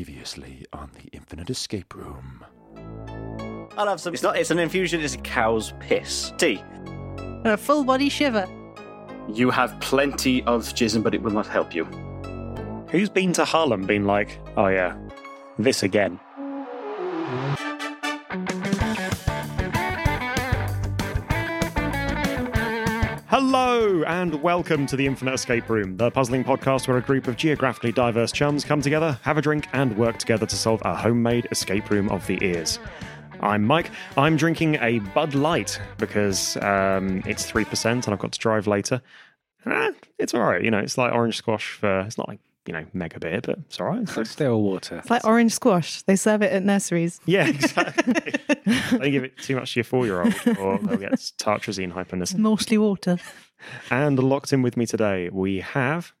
Previously on the Infinite Escape Room. I'll have some. It's not. It's an infusion. It's a cow's piss tea. A full body shiver. You have plenty of jism, but it will not help you. Who's been to Harlem been like, oh yeah, this again? Hello, and welcome to the Infinite Escape Room, the puzzling podcast where a group of geographically diverse chums come together, have a drink, and work together to solve a homemade escape room of the ears. I'm Mike. I'm drinking a Bud Light because um, it's 3% and I've got to drive later. Eh, it's all right, you know, it's like orange squash for, it's not like, you know, mega beer, but it's all right. It's like- Still water. It's like orange squash. They serve it at nurseries. yeah, exactly. Don't give it too much to your four year old or they'll get tartrazine hyperness. Mostly water. And locked in with me today, we have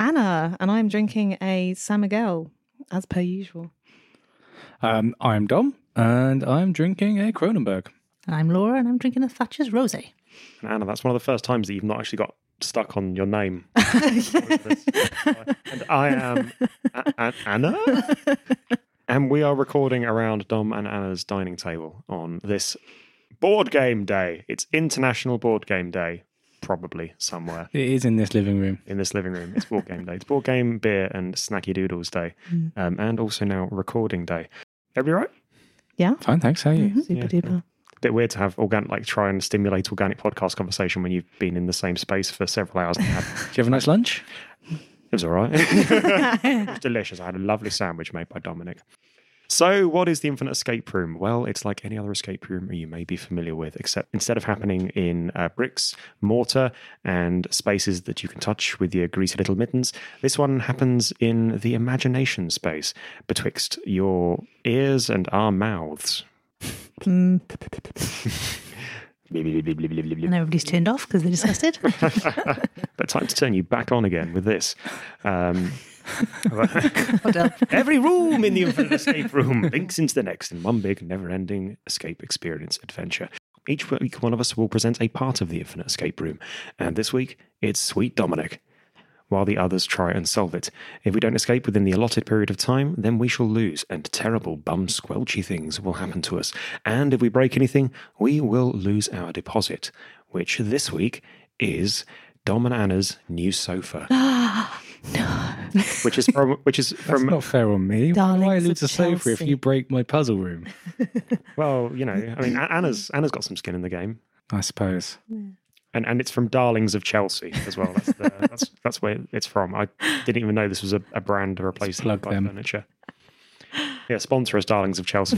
Anna, and I'm drinking a San Miguel, as per usual. Um, I'm Dom, and I'm drinking a Kronenberg. And I'm Laura, and I'm drinking a Thatcher's Rosé. and Anna. That's one of the first times that you've not actually got stuck on your name. and I am A- A- Anna. And we are recording around Dom and Anna's dining table on this board game day. It's International Board Game Day, probably somewhere It is in this living room. in this living room. It's board game day. It's board game, beer, and snacky doodles day. Mm. Um, and also now recording day. Everybody right? Yeah. Fine, thanks. How are you? Mhm. Super Yeah. duper. Bit weird to have organic, like try and stimulate organic podcast conversation when you've been in the same space for several hours. and had- Did you have a nice lunch? It was all right. it was delicious. I had a lovely sandwich made by Dominic. So, what is the Infinite Escape Room? Well, it's like any other escape room you may be familiar with, except instead of happening in uh, bricks, mortar, and spaces that you can touch with your greasy little mittens, this one happens in the imagination space betwixt your ears and our mouths. Mm. and everybody's turned off because they're disgusted. But time to turn you back on again with this. Um, Odell. Every room in the Infinite Escape Room links into the next in one big, never ending escape experience adventure. Each week, one of us will present a part of the Infinite Escape Room, and this week, it's Sweet Dominic, while the others try and solve it. If we don't escape within the allotted period of time, then we shall lose, and terrible, bum squelchy things will happen to us. And if we break anything, we will lose our deposit, which this week is Dom and Anna's new sofa. Which is from which is That's from not fair on me. Darlings Why do I lose of a sofa if Chelsea. you break my puzzle room? Well, you know, I mean, A- Anna's Anna's got some skin in the game, I suppose. and and it's from Darlings of Chelsea as well. That's the, that's that's where it's from. I didn't even know this was a, a brand to replace plug Bike them. furniture. Yeah, sponsor us, Darlings of Chelsea.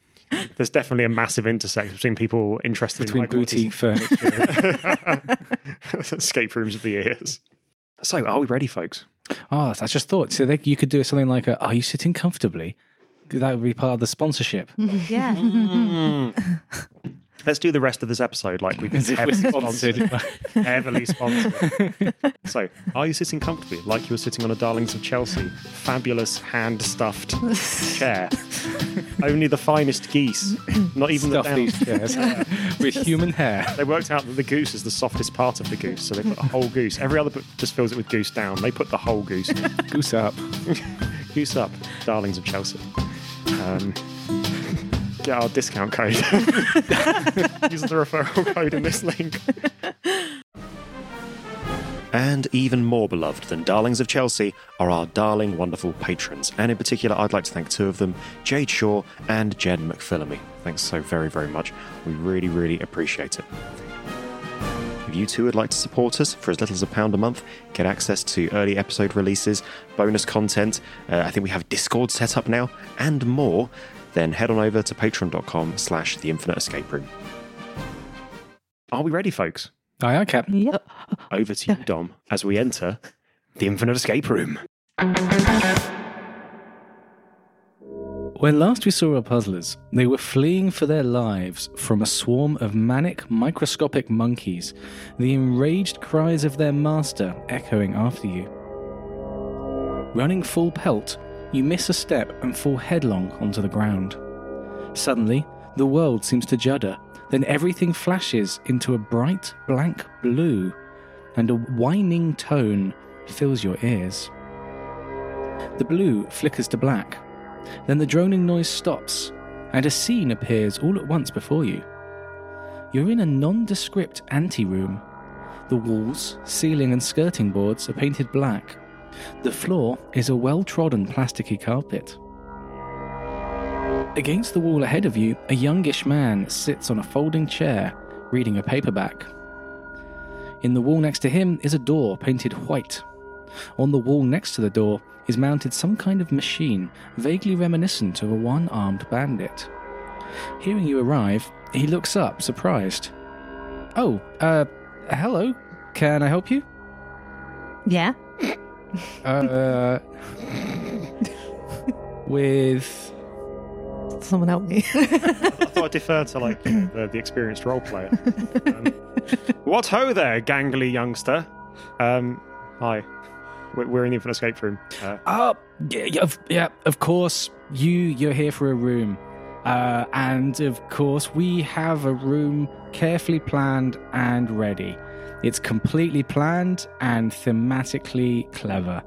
There's definitely a massive intersect between people interested Between in high-quality boutique furniture. escape rooms of the years. So, are we ready, folks? oh, I just thought. So they, you could do something like, a, "Are you sitting comfortably?" That would be part of the sponsorship. yeah. Let's do the rest of this episode like we've been As if we're heavily sponsored. sponsored. heavily sponsored. so, are you sitting comfortably like you were sitting on a Darlings of Chelsea? Fabulous hand stuffed chair. Only the finest geese, not even Stuff the down. these chairs with human hair. They worked out that the goose is the softest part of the goose, so they put the whole goose. Every other book just fills it with goose down. They put the whole goose, Goose up. goose up, Darlings of Chelsea. Um, get our discount code. Use the referral code in this link. And even more beloved than Darlings of Chelsea are our darling, wonderful patrons. And in particular, I'd like to thank two of them, Jade Shaw and Jen McPhillamy. Thanks so very, very much. We really, really appreciate it. If you too would like to support us for as little as a pound a month, get access to early episode releases, bonus content, uh, I think we have Discord set up now, and more, then head on over to patreon.com slash the infinite escape room. Are we ready, folks? Aye, aye, Cap. Yep. Over to you, Dom, as we enter the Infinite Escape Room. When last we saw our puzzlers, they were fleeing for their lives from a swarm of manic, microscopic monkeys, the enraged cries of their master echoing after you. Running full pelt, you miss a step and fall headlong onto the ground. Suddenly, the world seems to judder, then everything flashes into a bright, blank blue, and a whining tone fills your ears. The blue flickers to black. Then the droning noise stops, and a scene appears all at once before you. You're in a nondescript anteroom. The walls, ceiling, and skirting boards are painted black. The floor is a well trodden plasticky carpet. Against the wall ahead of you, a youngish man sits on a folding chair, reading a paperback. In the wall next to him is a door painted white. On the wall next to the door is mounted some kind of machine, vaguely reminiscent of a one armed bandit. Hearing you arrive, he looks up, surprised. Oh, uh, hello. Can I help you? Yeah. Uh, with. Someone help me. I thought I'd defer to like the, the experienced role player. Um, what ho there, gangly youngster? Um, hi. We're- We're in the infinite escape room. Uh, Oh, yeah, yeah, of, yeah, of course. You, you're here for a room. Uh, and of course, we have a room carefully planned and ready. It's completely planned and thematically clever.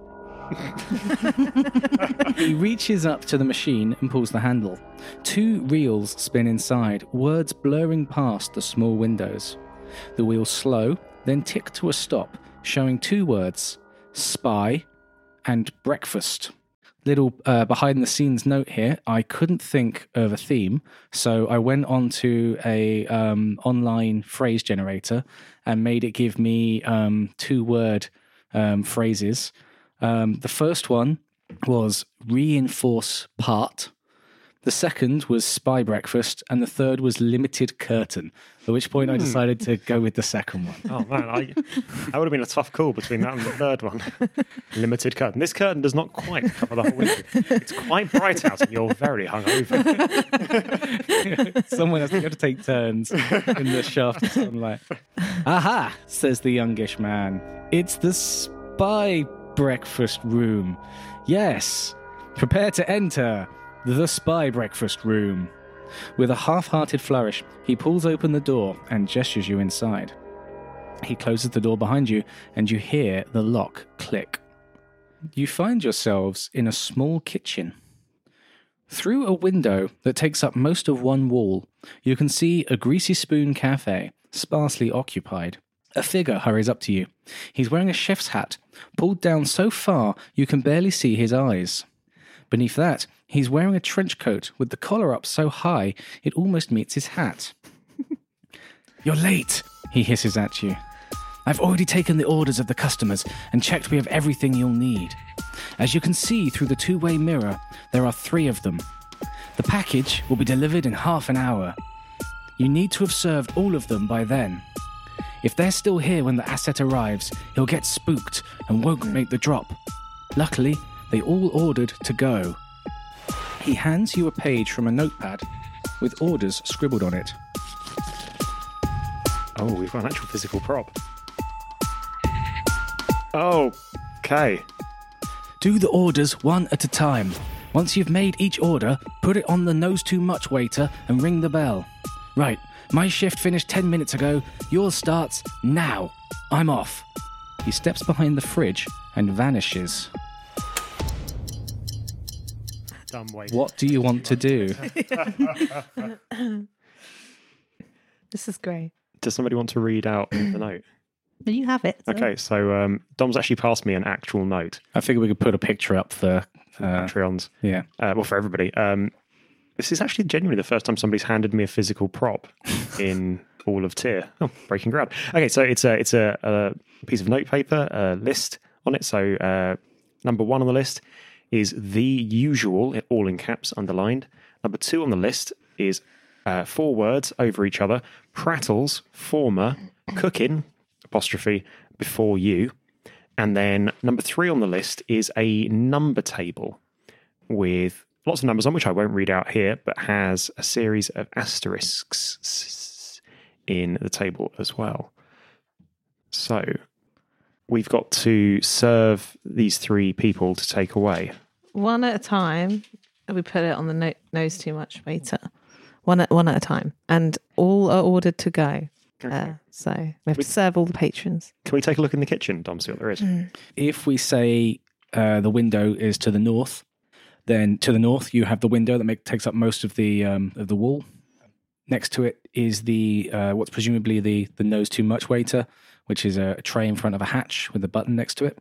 he reaches up to the machine and pulls the handle. Two reels spin inside, words blurring past the small windows. The wheels slow, then tick to a stop, showing two words spy and breakfast. Little uh, behind the scenes note here. I couldn't think of a theme, so I went onto a um, online phrase generator and made it give me um, two word um, phrases. Um, the first one was reinforce part. The second was spy breakfast, and the third was limited curtain. At which point, I decided to go with the second one. oh man, I, that would have been a tough call between that and the third one. Limited curtain. This curtain does not quite cover the whole window. It's quite bright out, and you're very hungover. Someone has to go to take turns in the shaft of sunlight. Aha, says the youngish man. It's the spy breakfast room. Yes, prepare to enter the spy breakfast room. With a half hearted flourish, he pulls open the door and gestures you inside. He closes the door behind you, and you hear the lock click. You find yourselves in a small kitchen. Through a window that takes up most of one wall, you can see a greasy spoon cafe, sparsely occupied. A figure hurries up to you. He's wearing a chef's hat, pulled down so far you can barely see his eyes. Beneath that, he's wearing a trench coat with the collar up so high it almost meets his hat. You're late, he hisses at you. I've already taken the orders of the customers and checked we have everything you'll need. As you can see through the two way mirror, there are three of them. The package will be delivered in half an hour. You need to have served all of them by then. If they're still here when the asset arrives, he'll get spooked and won't make the drop. Luckily, they all ordered to go. He hands you a page from a notepad with orders scribbled on it. Oh, we've got an actual physical prop. Oh, okay. Do the orders one at a time. Once you've made each order, put it on the nose too much waiter and ring the bell. Right, my shift finished 10 minutes ago. Yours starts now. I'm off. He steps behind the fridge and vanishes. Dumb way. What do you want to do? this is great. Does somebody want to read out the note? Well, You have it. so- Okay, so um, Dom's actually passed me an actual note. I figure we could put a picture up there. Uh, Patreons. yeah. uh, well, for everybody. Um, this is actually genuinely the first time somebody's handed me a physical prop in all of tier. Oh, breaking ground. Okay, so it's a it's a, a piece of notepaper, a list on it. So uh, number one on the list is the usual, all in caps, underlined. Number two on the list is uh, four words over each other: prattles, former, cooking, apostrophe, before you. And then number three on the list is a number table with lots of numbers on, which I won't read out here, but has a series of asterisks s- in the table as well. So we've got to serve these three people to take away. One at a time. and We put it on the no- nose too much waiter. One at one at a time, and all are ordered to go. Uh, so we have to serve all the patrons. Can we take a look in the kitchen, Dom? See what there is. If we say uh, the window is to the north. Then to the north, you have the window that make, takes up most of the um, of the wall. Next to it is the uh, what's presumably the the nose too much waiter, which is a tray in front of a hatch with a button next to it.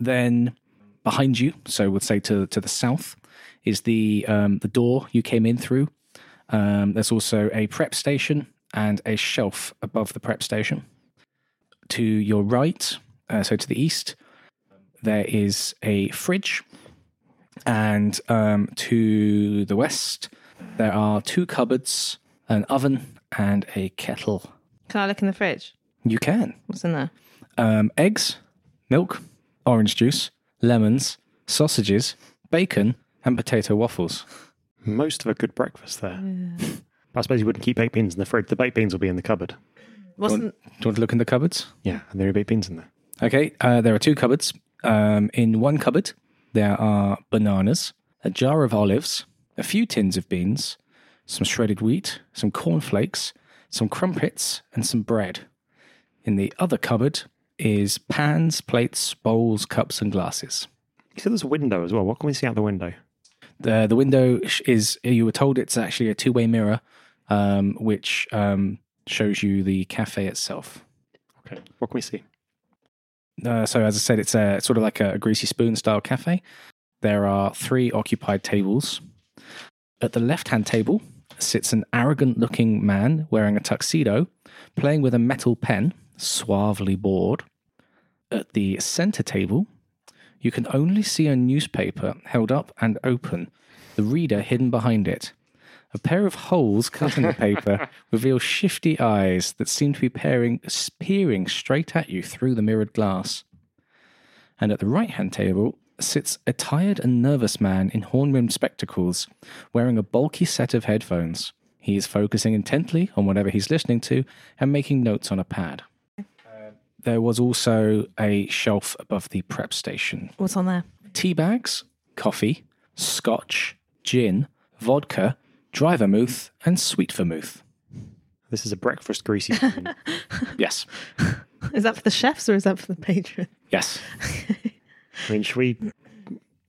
Then behind you, so we'll say to to the south, is the um, the door you came in through. Um, there's also a prep station and a shelf above the prep station. To your right, uh, so to the east, there is a fridge, and um, to the west, there are two cupboards, an oven, and a kettle. Can I look in the fridge? You can What's in there? um, eggs, milk, orange juice, lemons, sausages, bacon, and potato waffles. Most of a good breakfast there. I suppose you wouldn't keep baked beans in the fridge. The baked beans will be in the cupboard. Wasn't Do you want to look in the cupboards? Yeah, and there are baked beans in there. Okay, uh, there are two cupboards. Um, in one cupboard, there are bananas, a jar of olives, a few tins of beans, some shredded wheat, some cornflakes, some crumpets, and some bread. In the other cupboard is pans, plates, bowls, cups, and glasses. You said there's a window as well. What can we see out the window? The the window sh- is you were told it's actually a two way mirror, um, which um, shows you the cafe itself. Okay. What can we see? Uh, so as I said, it's a it's sort of like a greasy spoon style cafe. There are three occupied tables. At the left hand table sits an arrogant looking man wearing a tuxedo, playing with a metal pen, suavely bored. At the center table, you can only see a newspaper held up and open, the reader hidden behind it. A pair of holes cut in the paper reveal shifty eyes that seem to be peering, peering straight at you through the mirrored glass. And at the right hand table sits a tired and nervous man in horn rimmed spectacles, wearing a bulky set of headphones. He is focusing intently on whatever he's listening to and making notes on a pad. Uh, There was also a shelf above the prep station what's on there? tea bags, coffee, scotch, gin, vodka, dry vermouth, and sweet vermouth. This is a breakfast greasy spoon. Yes, Is that for the chefs or is that for the patron? yes. I mean, should we?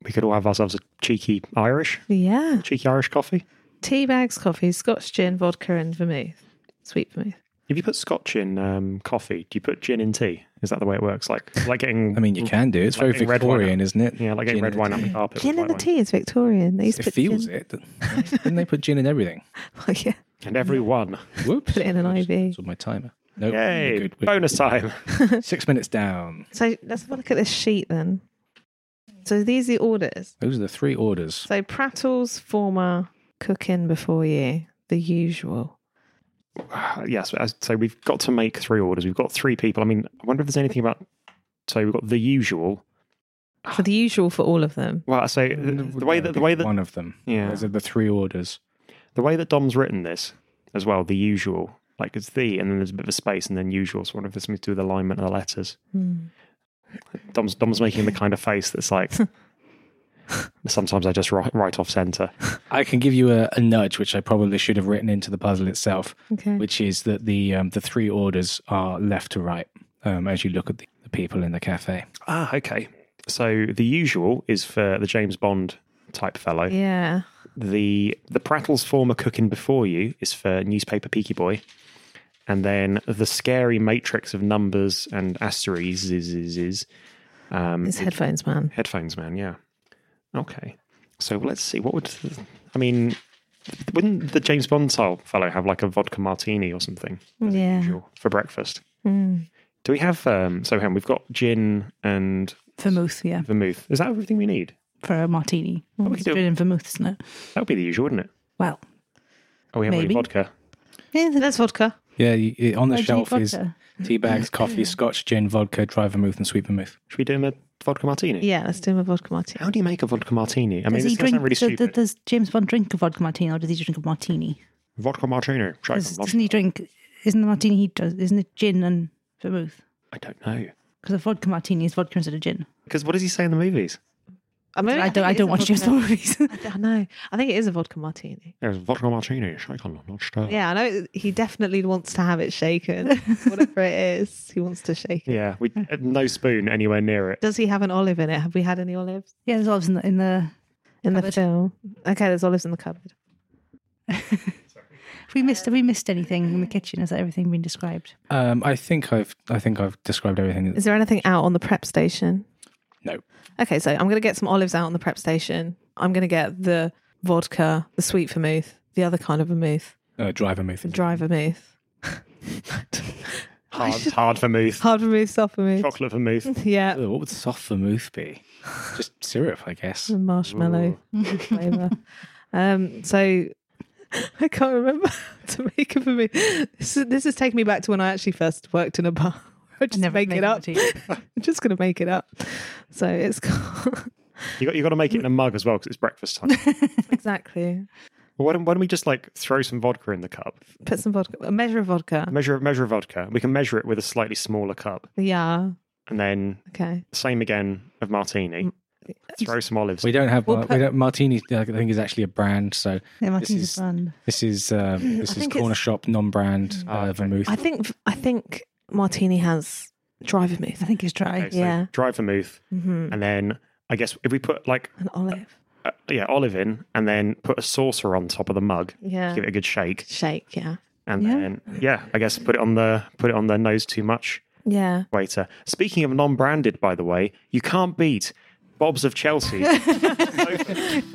We could all have ourselves a cheeky Irish, Yeah. cheeky Irish coffee. Tea bags, coffee, scotch gin, vodka, and vermouth. Sweet vermouth. If you put scotch in um, coffee, do you put gin in tea? Is that the way it works? Like, like getting I mean, you can do. It's very Like in red wine. Victorian, isn't it? yeah, like getting Gin red in wine the up tea. the carpet. Gin with in the white tea is Victorian. They used to It put feels gin. it. Didn't they put gin in everything? Oh, yeah. wine. and everyone. Whoops. Put it in an IV. That's with my timer. Nope. Yay! we're Oh, good, we're Bonus time. good. Six minutes down. So let's have a look at this sheet then. So these are the orders. Those are the three orders. So Prattle's former cooking before you, the usual. yes. as- So we've got to make three orders. We've got three people. I mean, I wonder if there's anything about. So we've got the usual. So the usual for all of them. Well, so the, the way that the way that one of them. Yeah. Those are the three orders. the way that Dom's written this as well, the usual, like it's the, and then there's a bit of a space, and then usual. So I wonder if there's something to do with alignment of the letters. Hmm. Dom's Dom's making the kind of face that's like. sometimes I just write right off center. I can give you a, a nudge, which I probably should have written into the puzzle itself, Okay. which is that the um, the three orders are left to right um, as you look at the, the people in the cafe. Ah, okay. So the usual is for the James Bond type fellow. Yeah. The the Prattle's former cooking before you is for newspaper Peaky Boy. And then the scary matrix of numbers and asterisks is is is um, It's headphones, man. Headphones, man. Yeah. Okay. So let's see. What would I mean? Wouldn't the James Bond style fellow have like a vodka martini or something Yeah. for breakfast? Hmm. Do we have? Um, so hang on, we've got gin and Vermouth, yeah, vermouth. Is that everything we need? for a martini. we It's could do- gin and vermouth, isn't it? That would be the usual, wouldn't it? Well, Oh, we have any Maybe. vodka. Yeah, there's vodka. Yeah, you, it- on the Oh, do you shelf need is vodka? tea bags, coffee, scotch, gin, vodka, dry vermouth, and sweet vermouth. Should we do him a vodka martini? Yeah, let's do him a vodka martini. How do you make a vodka martini? I mean, this does he is going to drink? sound really so th- stupid. does James Bond drink a vodka martini, or does he just drink a martini? Vodka martini. Try Does, some vodka. doesn't he drink? Isn't the martini he does? Isn't it gin and vermouth? I don't know. Because a vodka martini is vodka instead of gin. Because what does he say in the movies? I'm only- I don't. think I it is don't a watch James vodka- Bond movies. I know. I think it is a vodka martini. There's vodka martini, shaken, not stirred. Yeah, I know. He definitely wants to have it shaken, whatever it is. He wants to shake it. Yeah, we uh, no spoon anywhere near it. Does he have an olive in it? Have we had any olives yeah, there's olives in the, in the. in the Cupboard. film? Okay, there's olives in the cupboard. Have we missed? Have we missed anything in the kitchen? Has that everything been described? Um, I think I've I think I've described everything. Is there anything out on the prep station? No. Okay, so I'm going to get some olives out on the prep station. I'm going to get the vodka, the sweet vermouth, the other kind of vermouth, uh, driver move. the dry vermouth, Hard, hard vermouth, hard vermouth, soft vermouth. chocolate vermouth. Yeah, What would soft vermouth be? Just syrup, I guess. the marshmallow flavor. Um, so I can't remember how to make it for me. This is, this is taking me back to when I actually first worked in a bar. I just Never make made it up. tea. I'm just going to make it up. So it's called You got you got to make it in a mug as well because it's breakfast time. well, exactly. why don't why don't we just like throw some vodka in the cup? Put some vodka, a measure of vodka. Measure measure vodka. We can measure it with a slightly smaller cup, Yeah. and then Okay. same again of martini. Throw some olives. We don't have We'll mar- put- we don't, martini. I think is actually a brand. So Yeah, This Martini's is- a brand. this is um, this is think corner it's- Hmm. shop non-brand uh, okay. vermouth. I think I think Martini has dry vermouth I think it's dry. Okay, so Uh, yeah. Dry vermouth, Mhm. and then I guess if we put like and olive. uh, yeah olive in, and then put a saucer on top of the mug, Yeah. give it a good shake, Shake. Yeah. and Yeah. then yeah, I guess put it on the put it on the nose too much. Yeah. waiter. Speaking of non-branded, by the way, you can't beat Bob's of Chelsea. or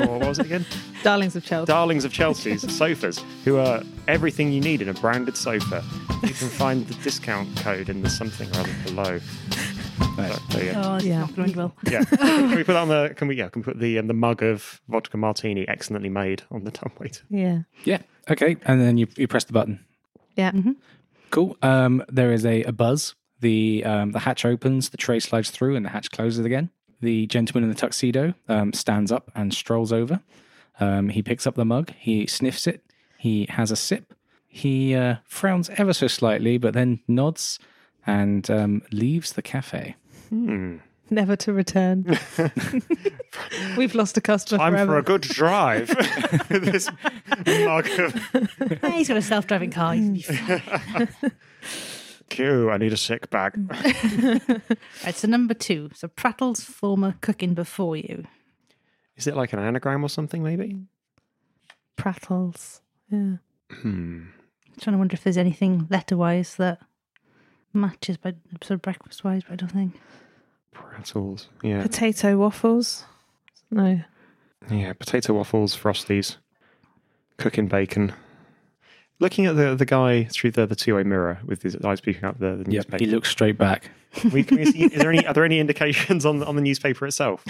what was it again? Darlings of Chelsea. Darlings of Chelsea's sofas, who are everything you need in a branded sofa. You can find the discount code in the something or other below. So, there you go. Oh, it's Yeah. not going well. Yeah. Can we put on the? Can we? Yeah. Can we put the um, the mug of vodka martini, excellently made, on the dumb waiter. yeah. yeah. Okay. And then you you press the button. Yeah. Cool. Um, there is a, a buzz. The um, the hatch opens. The tray slides through, and the hatch closes again. The gentleman in the tuxedo um, stands up and strolls over. Um, he picks up the mug. He sniffs it. He has a sip. He uh, frowns ever so slightly, but then nods and um, leaves the cafe. Never to return. We've lost a customer Time forever. for a good drive. this mug of Eh, he's got a self-driving car. He's- Q. I need a sick bag. Right, so number two. So Prattle's former cooking before you. Is it like an anagram or something? Maybe. Prattles. Yeah. trying to wonder if there's anything letter-wise that matches, but sort of breakfast-wise, but I don't think. Prattles. Yeah. Potato waffles. No. Yeah, potato waffles, frosties, cooking bacon. Looking at the the guy through the, the two way mirror with his eyes peeking up the, the He newspaper. looks straight back. We- can we see- is there any are there any indications on the, on the newspaper itself?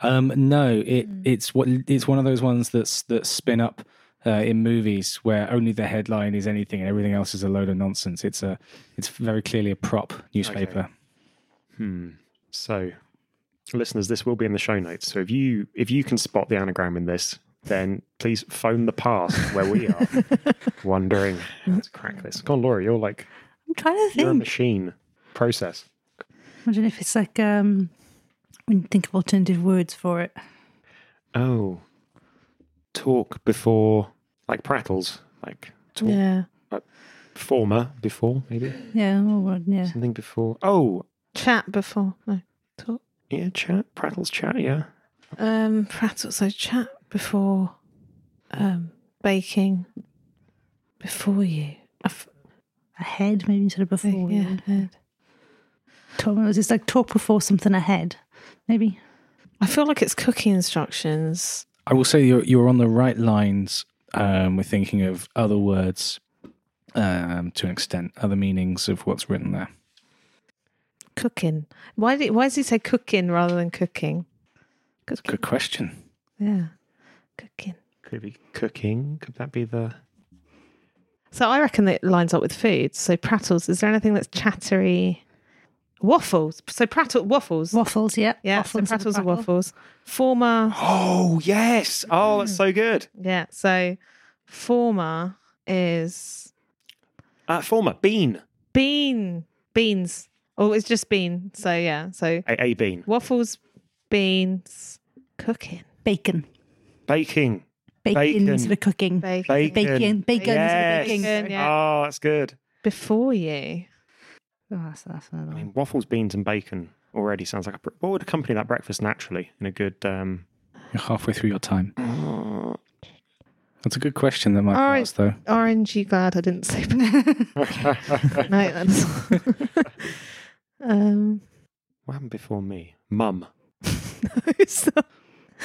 Um, no, it it's what it's one of those ones that's that spin up uh, in movies where only the headline is anything and everything else is a load of nonsense. It's a it's very clearly a prop newspaper. So, listeners, this will be in the show notes. So if you if you can spot the anagram in this, then please phone the past where we are, wondering how to crack this. Go on, Laura, you're like I'm trying to you're a think. machine. Process. Imagine if it's like um, when you think of alternative words for it. Oh, talk before like prattles, like talk Yeah. former before maybe Yeah, oh, well, yeah. something before. Oh, Chat before. No. Talk. yeah, chat prattles chat. Yeah, Um, prattles. So chat before um, baking. Before you. I f- Ahead, maybe instead of before. yeah. Yeah. Talk, it's like talk before something ahead, maybe. I feel like it's cooking instructions. I will say you're you're on the right lines. Um, we're thinking of other words um, to an extent, other meanings of what's written there. Cooking. Why did why does he say cooking rather than cooking? Cooking. Good question. Yeah. Cooking. could be cooking. Could that be the? So I reckon that lines up with food. So prattles, is there anything that's chattery? Waffles. So prattle waffles. Waffles, yeah. yeah, Waffle so instead of prattles are prattle. waffles. Former Oh yes! Oh, that's so good. yeah, so former is Uh, former bean. bean. Oh, Beans. Or it's just bean. So yeah. So A, a bean. waffles, beans, Cooking. Bacon. Baking. Bacon, Bacon. instead of cooking. Bacon. Bacon. Bacon. Yes. Bacon. Instead of baking. Bacon, yeah. Oh, that's good. Before you. Oh, that's, that's another I one. mean, waffles, beans, and bacon already sounds like a. br- What would accompany that breakfast naturally in a good. um You're halfway through your time. That's a good question that might be All right. asked, though. Orange, you glad I didn't say No, that's. um, What happened before me? Mum. no, it's not.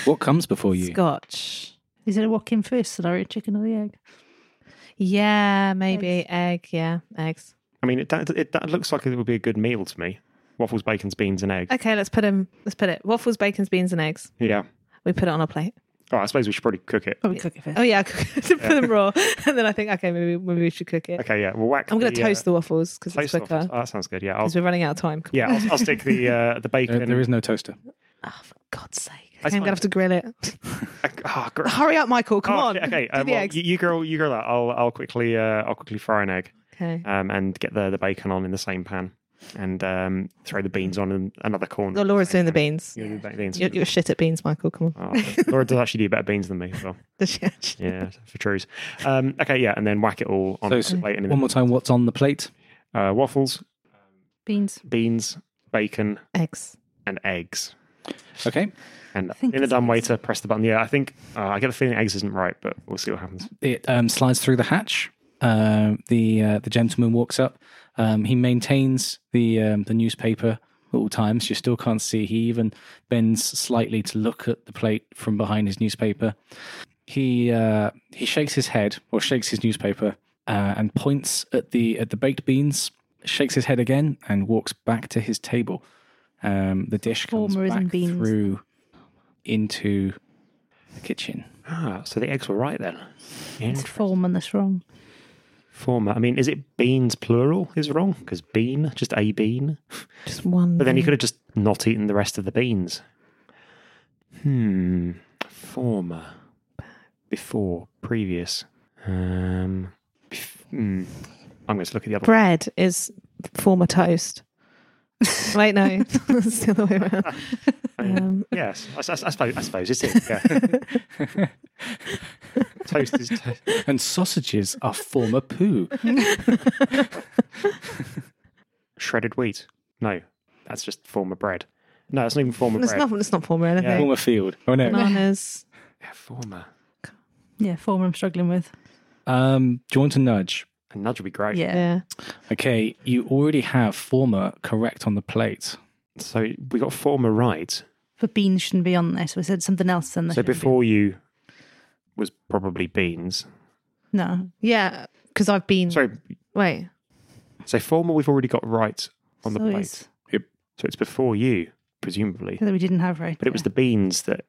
What comes before you? Scotch. Is it a walk in first scenario, chicken or the egg? Yeah, maybe egg. Yeah, eggs. I mean, it, that, it, that looks like it would be a good meal to me. Waffles, bacon, beans, and egg. Okay, let's put 'em- Let's put it. Waffles, bacon, beans, and eggs. Yeah. We put it on a plate. Oh, I suppose we should probably cook it. Oh, we cook it first. Oh yeah, I cook it. put them raw, and then I think okay, maybe maybe we should cook it. Okay, yeah. We'll whack. I'm going the, to toast uh, the waffles because it's toast waffles. quicker. Oh, that sounds good. Yeah. I'll, Because we're running out of time. Come yeah. I'll, I'll stick the uh, the Uh, bacon. there is no toaster. on. Oh, for God's sake! That's Okay, I'm going to fine. have to grill it. Oh, gr- Hurry up, Michael! Come Oh, on. Okay. okay. Do Uh, the well, eggs. you, you girl, you girl that. I'll I'll quickly uh, I'll quickly fry an egg. okay. um, and get the, the bacon on in the same pan and um, throw the beans on in another corner. Oh, Laura's doing the beans. You're doing the beans. You're, you're shit at beans, Michael. Come on. Oh, okay. Laura does actually do better beans than me as well. Does she actually? Yeah, for trues. Um, okay, yeah, and then whack it all on So, the so- plate. And in One more time, what's on the plate? uh, waffles, Beans. beans, bacon, Eggs. and eggs. Okay. And think in the it's dumb waiter, press the button. Yeah, I think uh, I get the feeling eggs isn't right, but we'll see what happens. It um, slides through the hatch. Uh, the uh, the gentleman walks up. Um, he maintains the um, the newspaper at all times. You still can't see. He even bends slightly to look at the plate from behind his newspaper. He uh, he shakes his head or shakes his newspaper uh, and points at the at the baked beans. Shakes his head again and walks back to his table. Um, the dish comes Former isn't back beans. through into the kitchen. Ah, so the eggs were right then. It's form and that's wrong. Former. I mean, is it beans plural is wrong? Because bean, just a bean. Just one. But then you could have just not eaten the rest of the beans. Hmm. Former. Before. Previous. Um. bef- hmm. I'm going to look at the other one. Bread is former toast. Wait, no, it's the other way around. Um, Yes, I, s- I suppose. I suppose it's it. Yeah. toast is toast. and sausages are former poo. shredded wheat. No, that's just former bread. No, that's not even former it's bread. not. It's not former anything. Yeah. Former field. Oh no. Bananas. Yeah, former. Yeah, form I'm struggling with. Um, do you want to nudge? A nudge would be great. Yeah. Yeah. Okay, you already have former correct on the plate. So we got former right. But beans shouldn't be on there, so we said something else than that. So shouldn't be. before you was probably beans. No. Yeah. Because I've been. Sorry, Wait. So former, we've already got right on the so plate. it's- So it's before you, presumably. that we didn't have right. But it was the beans that.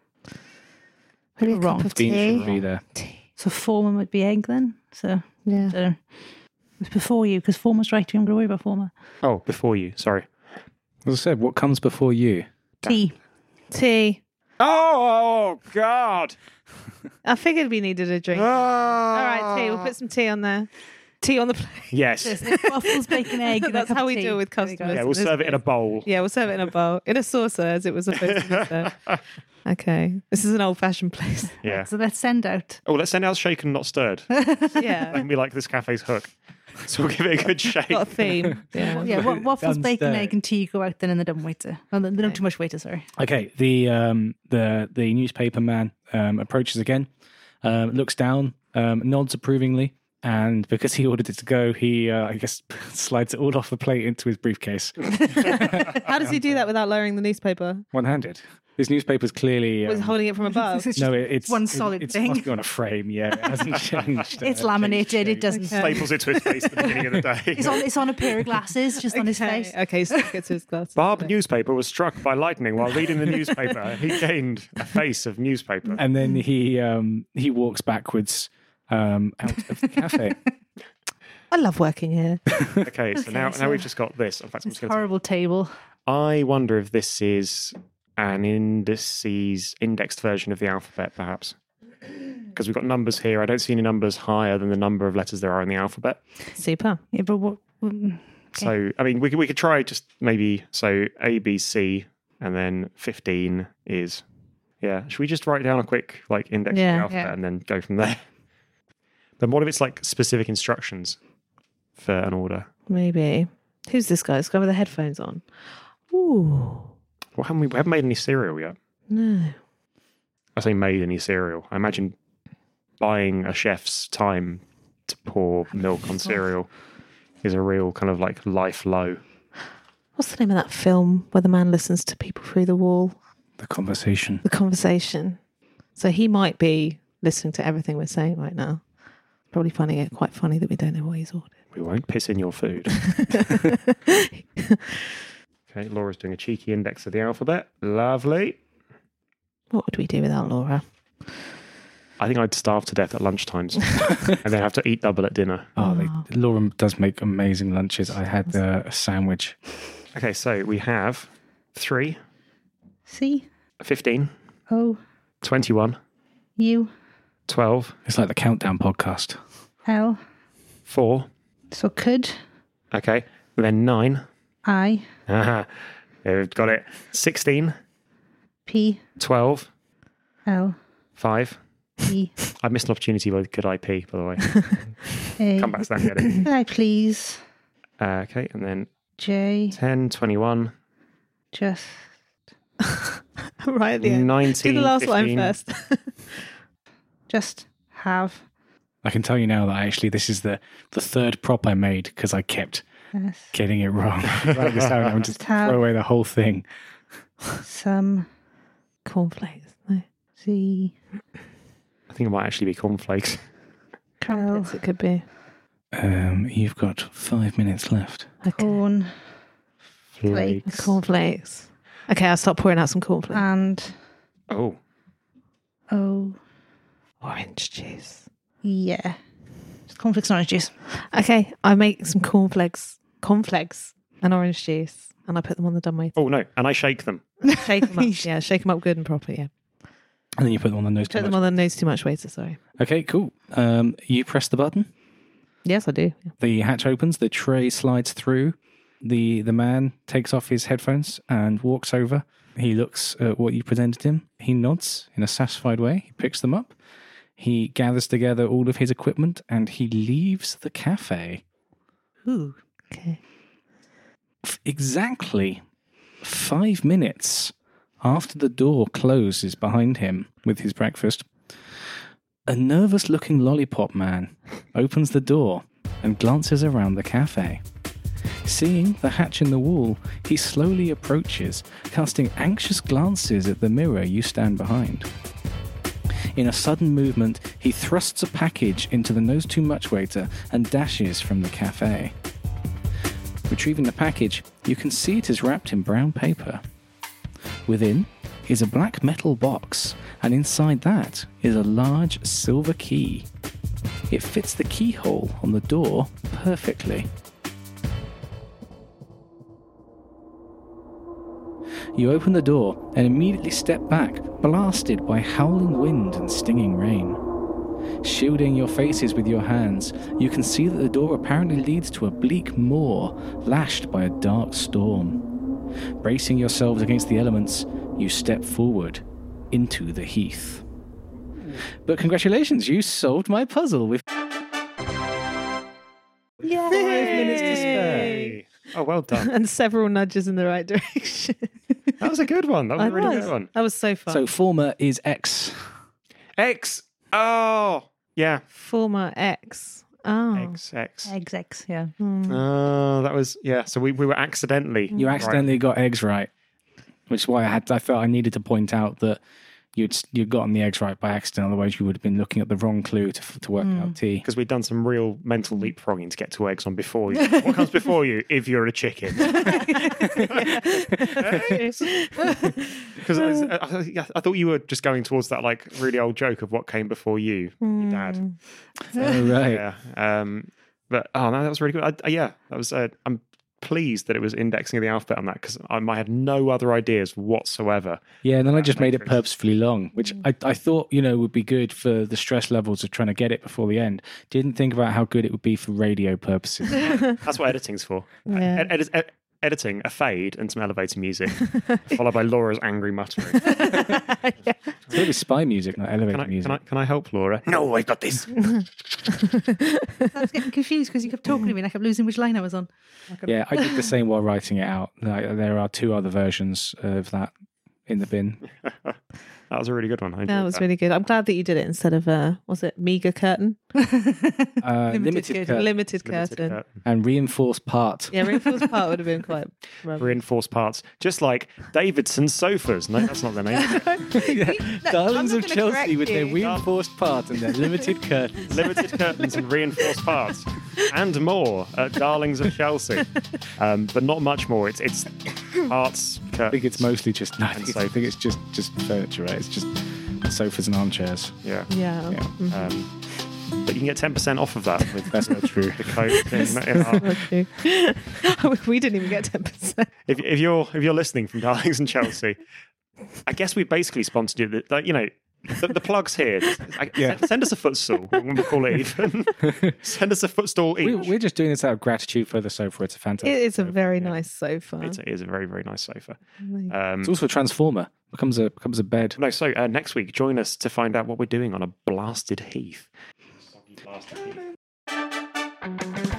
Maybe You're a wrong. cup of Beans tea. shouldn't be there. So former might be egg then. So, Yeah. so it was before you because former's right. I'm going to worry about former. Oh, before you. Sorry. As I said, what comes before you? Tea. Tea. Oh, God. I figured we needed a drink. All right, tea. We'll put some tea on there. Tea on the plate. Yes. Waffles, bacon, egg. and a That's cup how of we tea. deal with There you go. customers. Yeah, we'll serve it in a bowl. Yeah, we'll serve it in a bowl, in a saucer, as it was supposed to be served. Okay, this is an old-fashioned place. Yeah. So let's send out. Oh, let's send out shaken, not stirred. Yeah, And we like this cafe's hook. So we'll give it a good shake. got a theme. Yeah, Yeah, wa- waffles, bacon, Downstairs. egg, and tea go out then in the dumb waiter. Oh, no, no, too much waiter, sorry. Okay, the um, the the newspaper man um, approaches again, um, looks down, um, nods approvingly, and because he ordered it to go, he uh, I guess slides it all off the plate into his briefcase, How does he do that without lowering the newspaper? one-handed. His newspaper's clearly Was um, holding it from above. It's just no, it, it's one it- solid it's- thing. Must be on a frame, yeah. It hasn't changed. uh, it's changed laminated. It shape. doesn't. Staples it to his face at the beginning of the It's day. on, it's on a pair of glasses, just on his Okay, face. okay, stick it to his glass. Barb newspaper was struck by lightning while reading the newspaper. He gained a face of newspaper. And then he um, he walks backwards um, out of the cafe. I love working here. Okay, so now, now we've just got this. In fact, I'm just It's going to horrible table. I wonder if this is an indices indexed version of the alphabet, perhaps. Because we've got numbers here. I don't see any numbers higher than the number of letters there are in the alphabet. Super. Yeah, but what? mm, So, I mean, we could, we could try just maybe so A, B, C, and then 15 is Yeah. Should we just write down a quick like index of Yeah, the alphabet yeah. and then go from there? then what if it's like specific instructions for an order? Maybe. Who's this guy? This guy with the headphones on. Ooh. Well, haven't we, we haven't made any cereal yet. No. I say made any cereal. I imagine buying a chef's time to pour milk on cereal is a real kind of like life low. What's the name of that film where the man listens to people through the wall? The conversation. The conversation. So he might be listening to everything we're saying right now. Probably finding it quite funny that we don't know what he's ordered. We won't piss in your food. okay, Laura's doing a cheeky index of the alphabet. Lovely. What would we do without Laura? I think I'd starve to death at lunchtimes and then have to eat double at dinner. Oh, Ah. they, Laura does make amazing lunches. I had uh, a sandwich. Okay, so we have 3, C 15, O 21, U 12, It's like the countdown podcast. L. 4. So could Okay, then 9. I Aha, they've got it. 16, P 12, L 5. E I missed an opportunity with good IP, by the way. A? Come back to that and get it. Can I please Uh, okay, and then J 10, 21, just right at the end. 19, Do the last line 15. first. just have I can tell you now that actually this is the, the third prop I made because I kept yes, getting it wrong. right this out, I'm just Tab. throw away the whole thing. some Cornflakes. No. Z I think it might actually be cornflakes. L Yes, it could be. Um, you've got five minutes left. Okay. corn Flakes. Cornflakes. Uh, Okay, I'll stop pouring out some cornflakes. and Oh, O Orange juice. yeah. Just conflicts and orange juice. Okay, I make some cornflakes, cornflakes, and orange juice, and I put them on the dummy. oh no, and I shake them. Shake them up. yeah, shake them up good and proper. Yeah, And then you put them on the nose. put too them much. on the nose too much waiter. Sorry. Okay, cool. Um, you press the button. Yes, I do. The hatch opens. The tray slides through. The the man takes off his headphones and walks over. He looks at what you presented him. He nods in a satisfied way. He picks them up. He gathers together all of his equipment and he leaves the cafe. Ooh. Okay. F- Exactly five minutes after the door closes behind him with his breakfast, a nervous looking lollipop man opens the door and glances around the cafe. Seeing the hatch in the wall, he slowly approaches, casting anxious glances at the mirror you stand behind. In a sudden movement, he thrusts a package into the nose too much waiter and dashes from the cafe. Retrieving the package, you can see it is wrapped in brown paper. Within is a black metal box, and inside that is a large silver key. It fits the keyhole on the door perfectly. You open the door and immediately step back, blasted by howling wind and stinging rain. Shielding your faces with your hands, you can see that the door apparently leads to a bleak moor lashed by a dark storm. Bracing yourselves against the elements, you step forward into the heath. But congratulations, you solved my puzzle with Hey. Oh, well done. And several nudges in the right direction. That was a good one. That was a I really was. good one. That was so fun. So former is X. X. Oh, yeah. Former ex. Oh. X, X. Eggs, eggs, yeah. Oh, that was, yeah. So we, we were accidentally. You right. accidentally got eggs right, which is why I had I felt I needed to point out that you'd you'd gotten the eggs right by accident. Otherwise, you would have been looking at the wrong clue to f- to work out T. because we'd done some real mental leapfrogging to get to eggs on before you. what comes before you if you're a chicken? Because I, was- uh, I- I- I thought you were just going towards that like really old joke of what came before you, your dad. Oh, right. Yeah. Um, but oh no, that was really good. I, I- yeah, that was. Uh, I'm pleased that it was indexing of the alphabet on that because I, I had no other ideas whatsoever. Yeah, and then I just made it purposefully long, which Mm. I, I thought, you know, would be good for the stress levels of trying to get it before the end. Didn't think about how good it would be for radio purposes. That's what editing's for. Yeah. Ed- ed- ed- editing, a fade, and some elevator music, followed by Laura's angry muttering. It's going to be spy music, not elevator Can I, music. can I, can Oh, I help Laura? No, I've got this. I was getting confused because you kept talking to me and I kept losing which line I was on. Yeah, I did the same while writing it out. Like, there are two other versions of that in the bin. that was a really good one. I enjoyed That was really good. I'm glad that you did it instead of uh, was it meager curtain, Uh, limited curtain. limited Limited curtain. curtain. and reinforced part. Yeah, reinforced part would have been quite. rubbish. Reinforced parts, just like Davidson sofas. No, that's not their name. Darlings I'm of not gonna Chelsea correct with their you. reinforced part and their limited curtain. Limited curtains and reinforced parts, and more at Darlings of Chelsea, um, but not much more. It's it's parts. I think it's mostly just. No, I, think it's, I sofas. think it's just just furniture. Right? It's just sofas and armchairs. yeah. Yeah. Yeah. Um, but you can get ten percent off of that with That's not true. the code. in- in our- Okay. er we didn't even get ten percent. if, if you're if you're listening from Darlings and Chelsea, I guess we basically sponsored you. That, that, you know, the, the plugs here. I, Yeah. send, send us a footstool. We'll call it even. send us a footstool We, each. we're just doing this out of gratitude for the sofa. It's a It fantastic. is a sofa. very yeah. nice sofa. It's- it is a very very nice sofa. Like, Um, It's also a transformer. becomes a becomes a bed. no, so uh, next week join us to find out what we're doing on a blasted heath.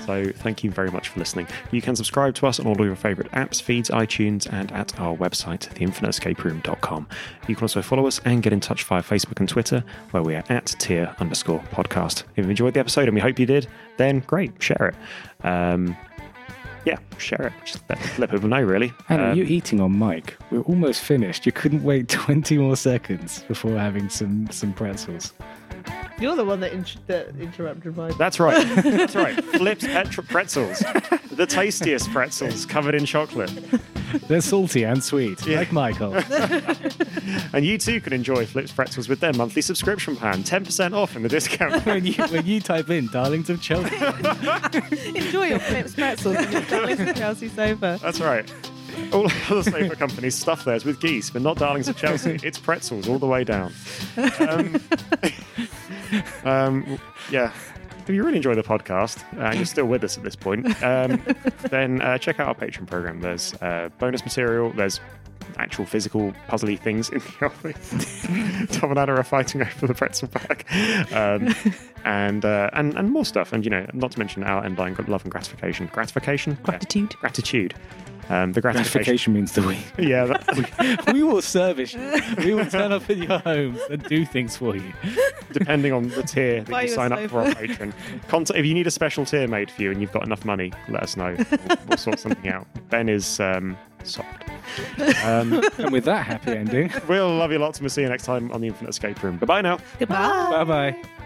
So thank you very much for listening. You can subscribe to us on all of your favourite apps, feeds, iTunes, and at our website, theinfiniteescaperoom.com. You can also follow us and get in touch via Facebook and Twitter, where we are at tier underscore podcast. If you enjoyed the episode, and we hope you did, then great, share it. Um, yeah, share it. Just let, let people know, really. Hang on, Um, you eating on mic? We're almost finished. You couldn't wait 20 more seconds before having some some pretzels. You're the one that, inter- that interrupted my. That's right. That's right. Flipped pet- pretzels. The tastiest pretzels covered in chocolate. They're salty and sweet, like Michael. And you too can enjoy Flipped pretzels with their monthly subscription plan. 10% off in the discount. when you when you type in "Darlings of Chelsea," Enjoy your Flips pretzels and your Darlings of Chelsea sofa. That's right. All other sofa companies stuff theirs with geese, but not Darlings of Chelsea. It's pretzels all the way down. Um, um, yeah. If you really enjoy the podcast uh, and you're still with us at this point, um, then uh, check out our Patreon program. There's uh, bonus material, there's actual physical puzzly things in the office. Tom and Anna are fighting over the pretzel bag, um, and, uh, and and more stuff. And you know, not to mention our underlying love and gratification, gratification, Yeah Gratitude. gratitude. Um, the gratification. gratification means the we. Yeah, that, We will service you. We will turn up in your homes and do things for you. depending on the tier that Buy you you a sign up sofa. for on Patreon. Contact, if you need a special tier made for you and you've got enough money, let us know. We'll, we'll sort something out. Ben is um, soft. Um, And with that happy ending, we'll love you lots and we'll see you next time on the Infinite Escape Room. Goodbye now. Goodbye. bye bye.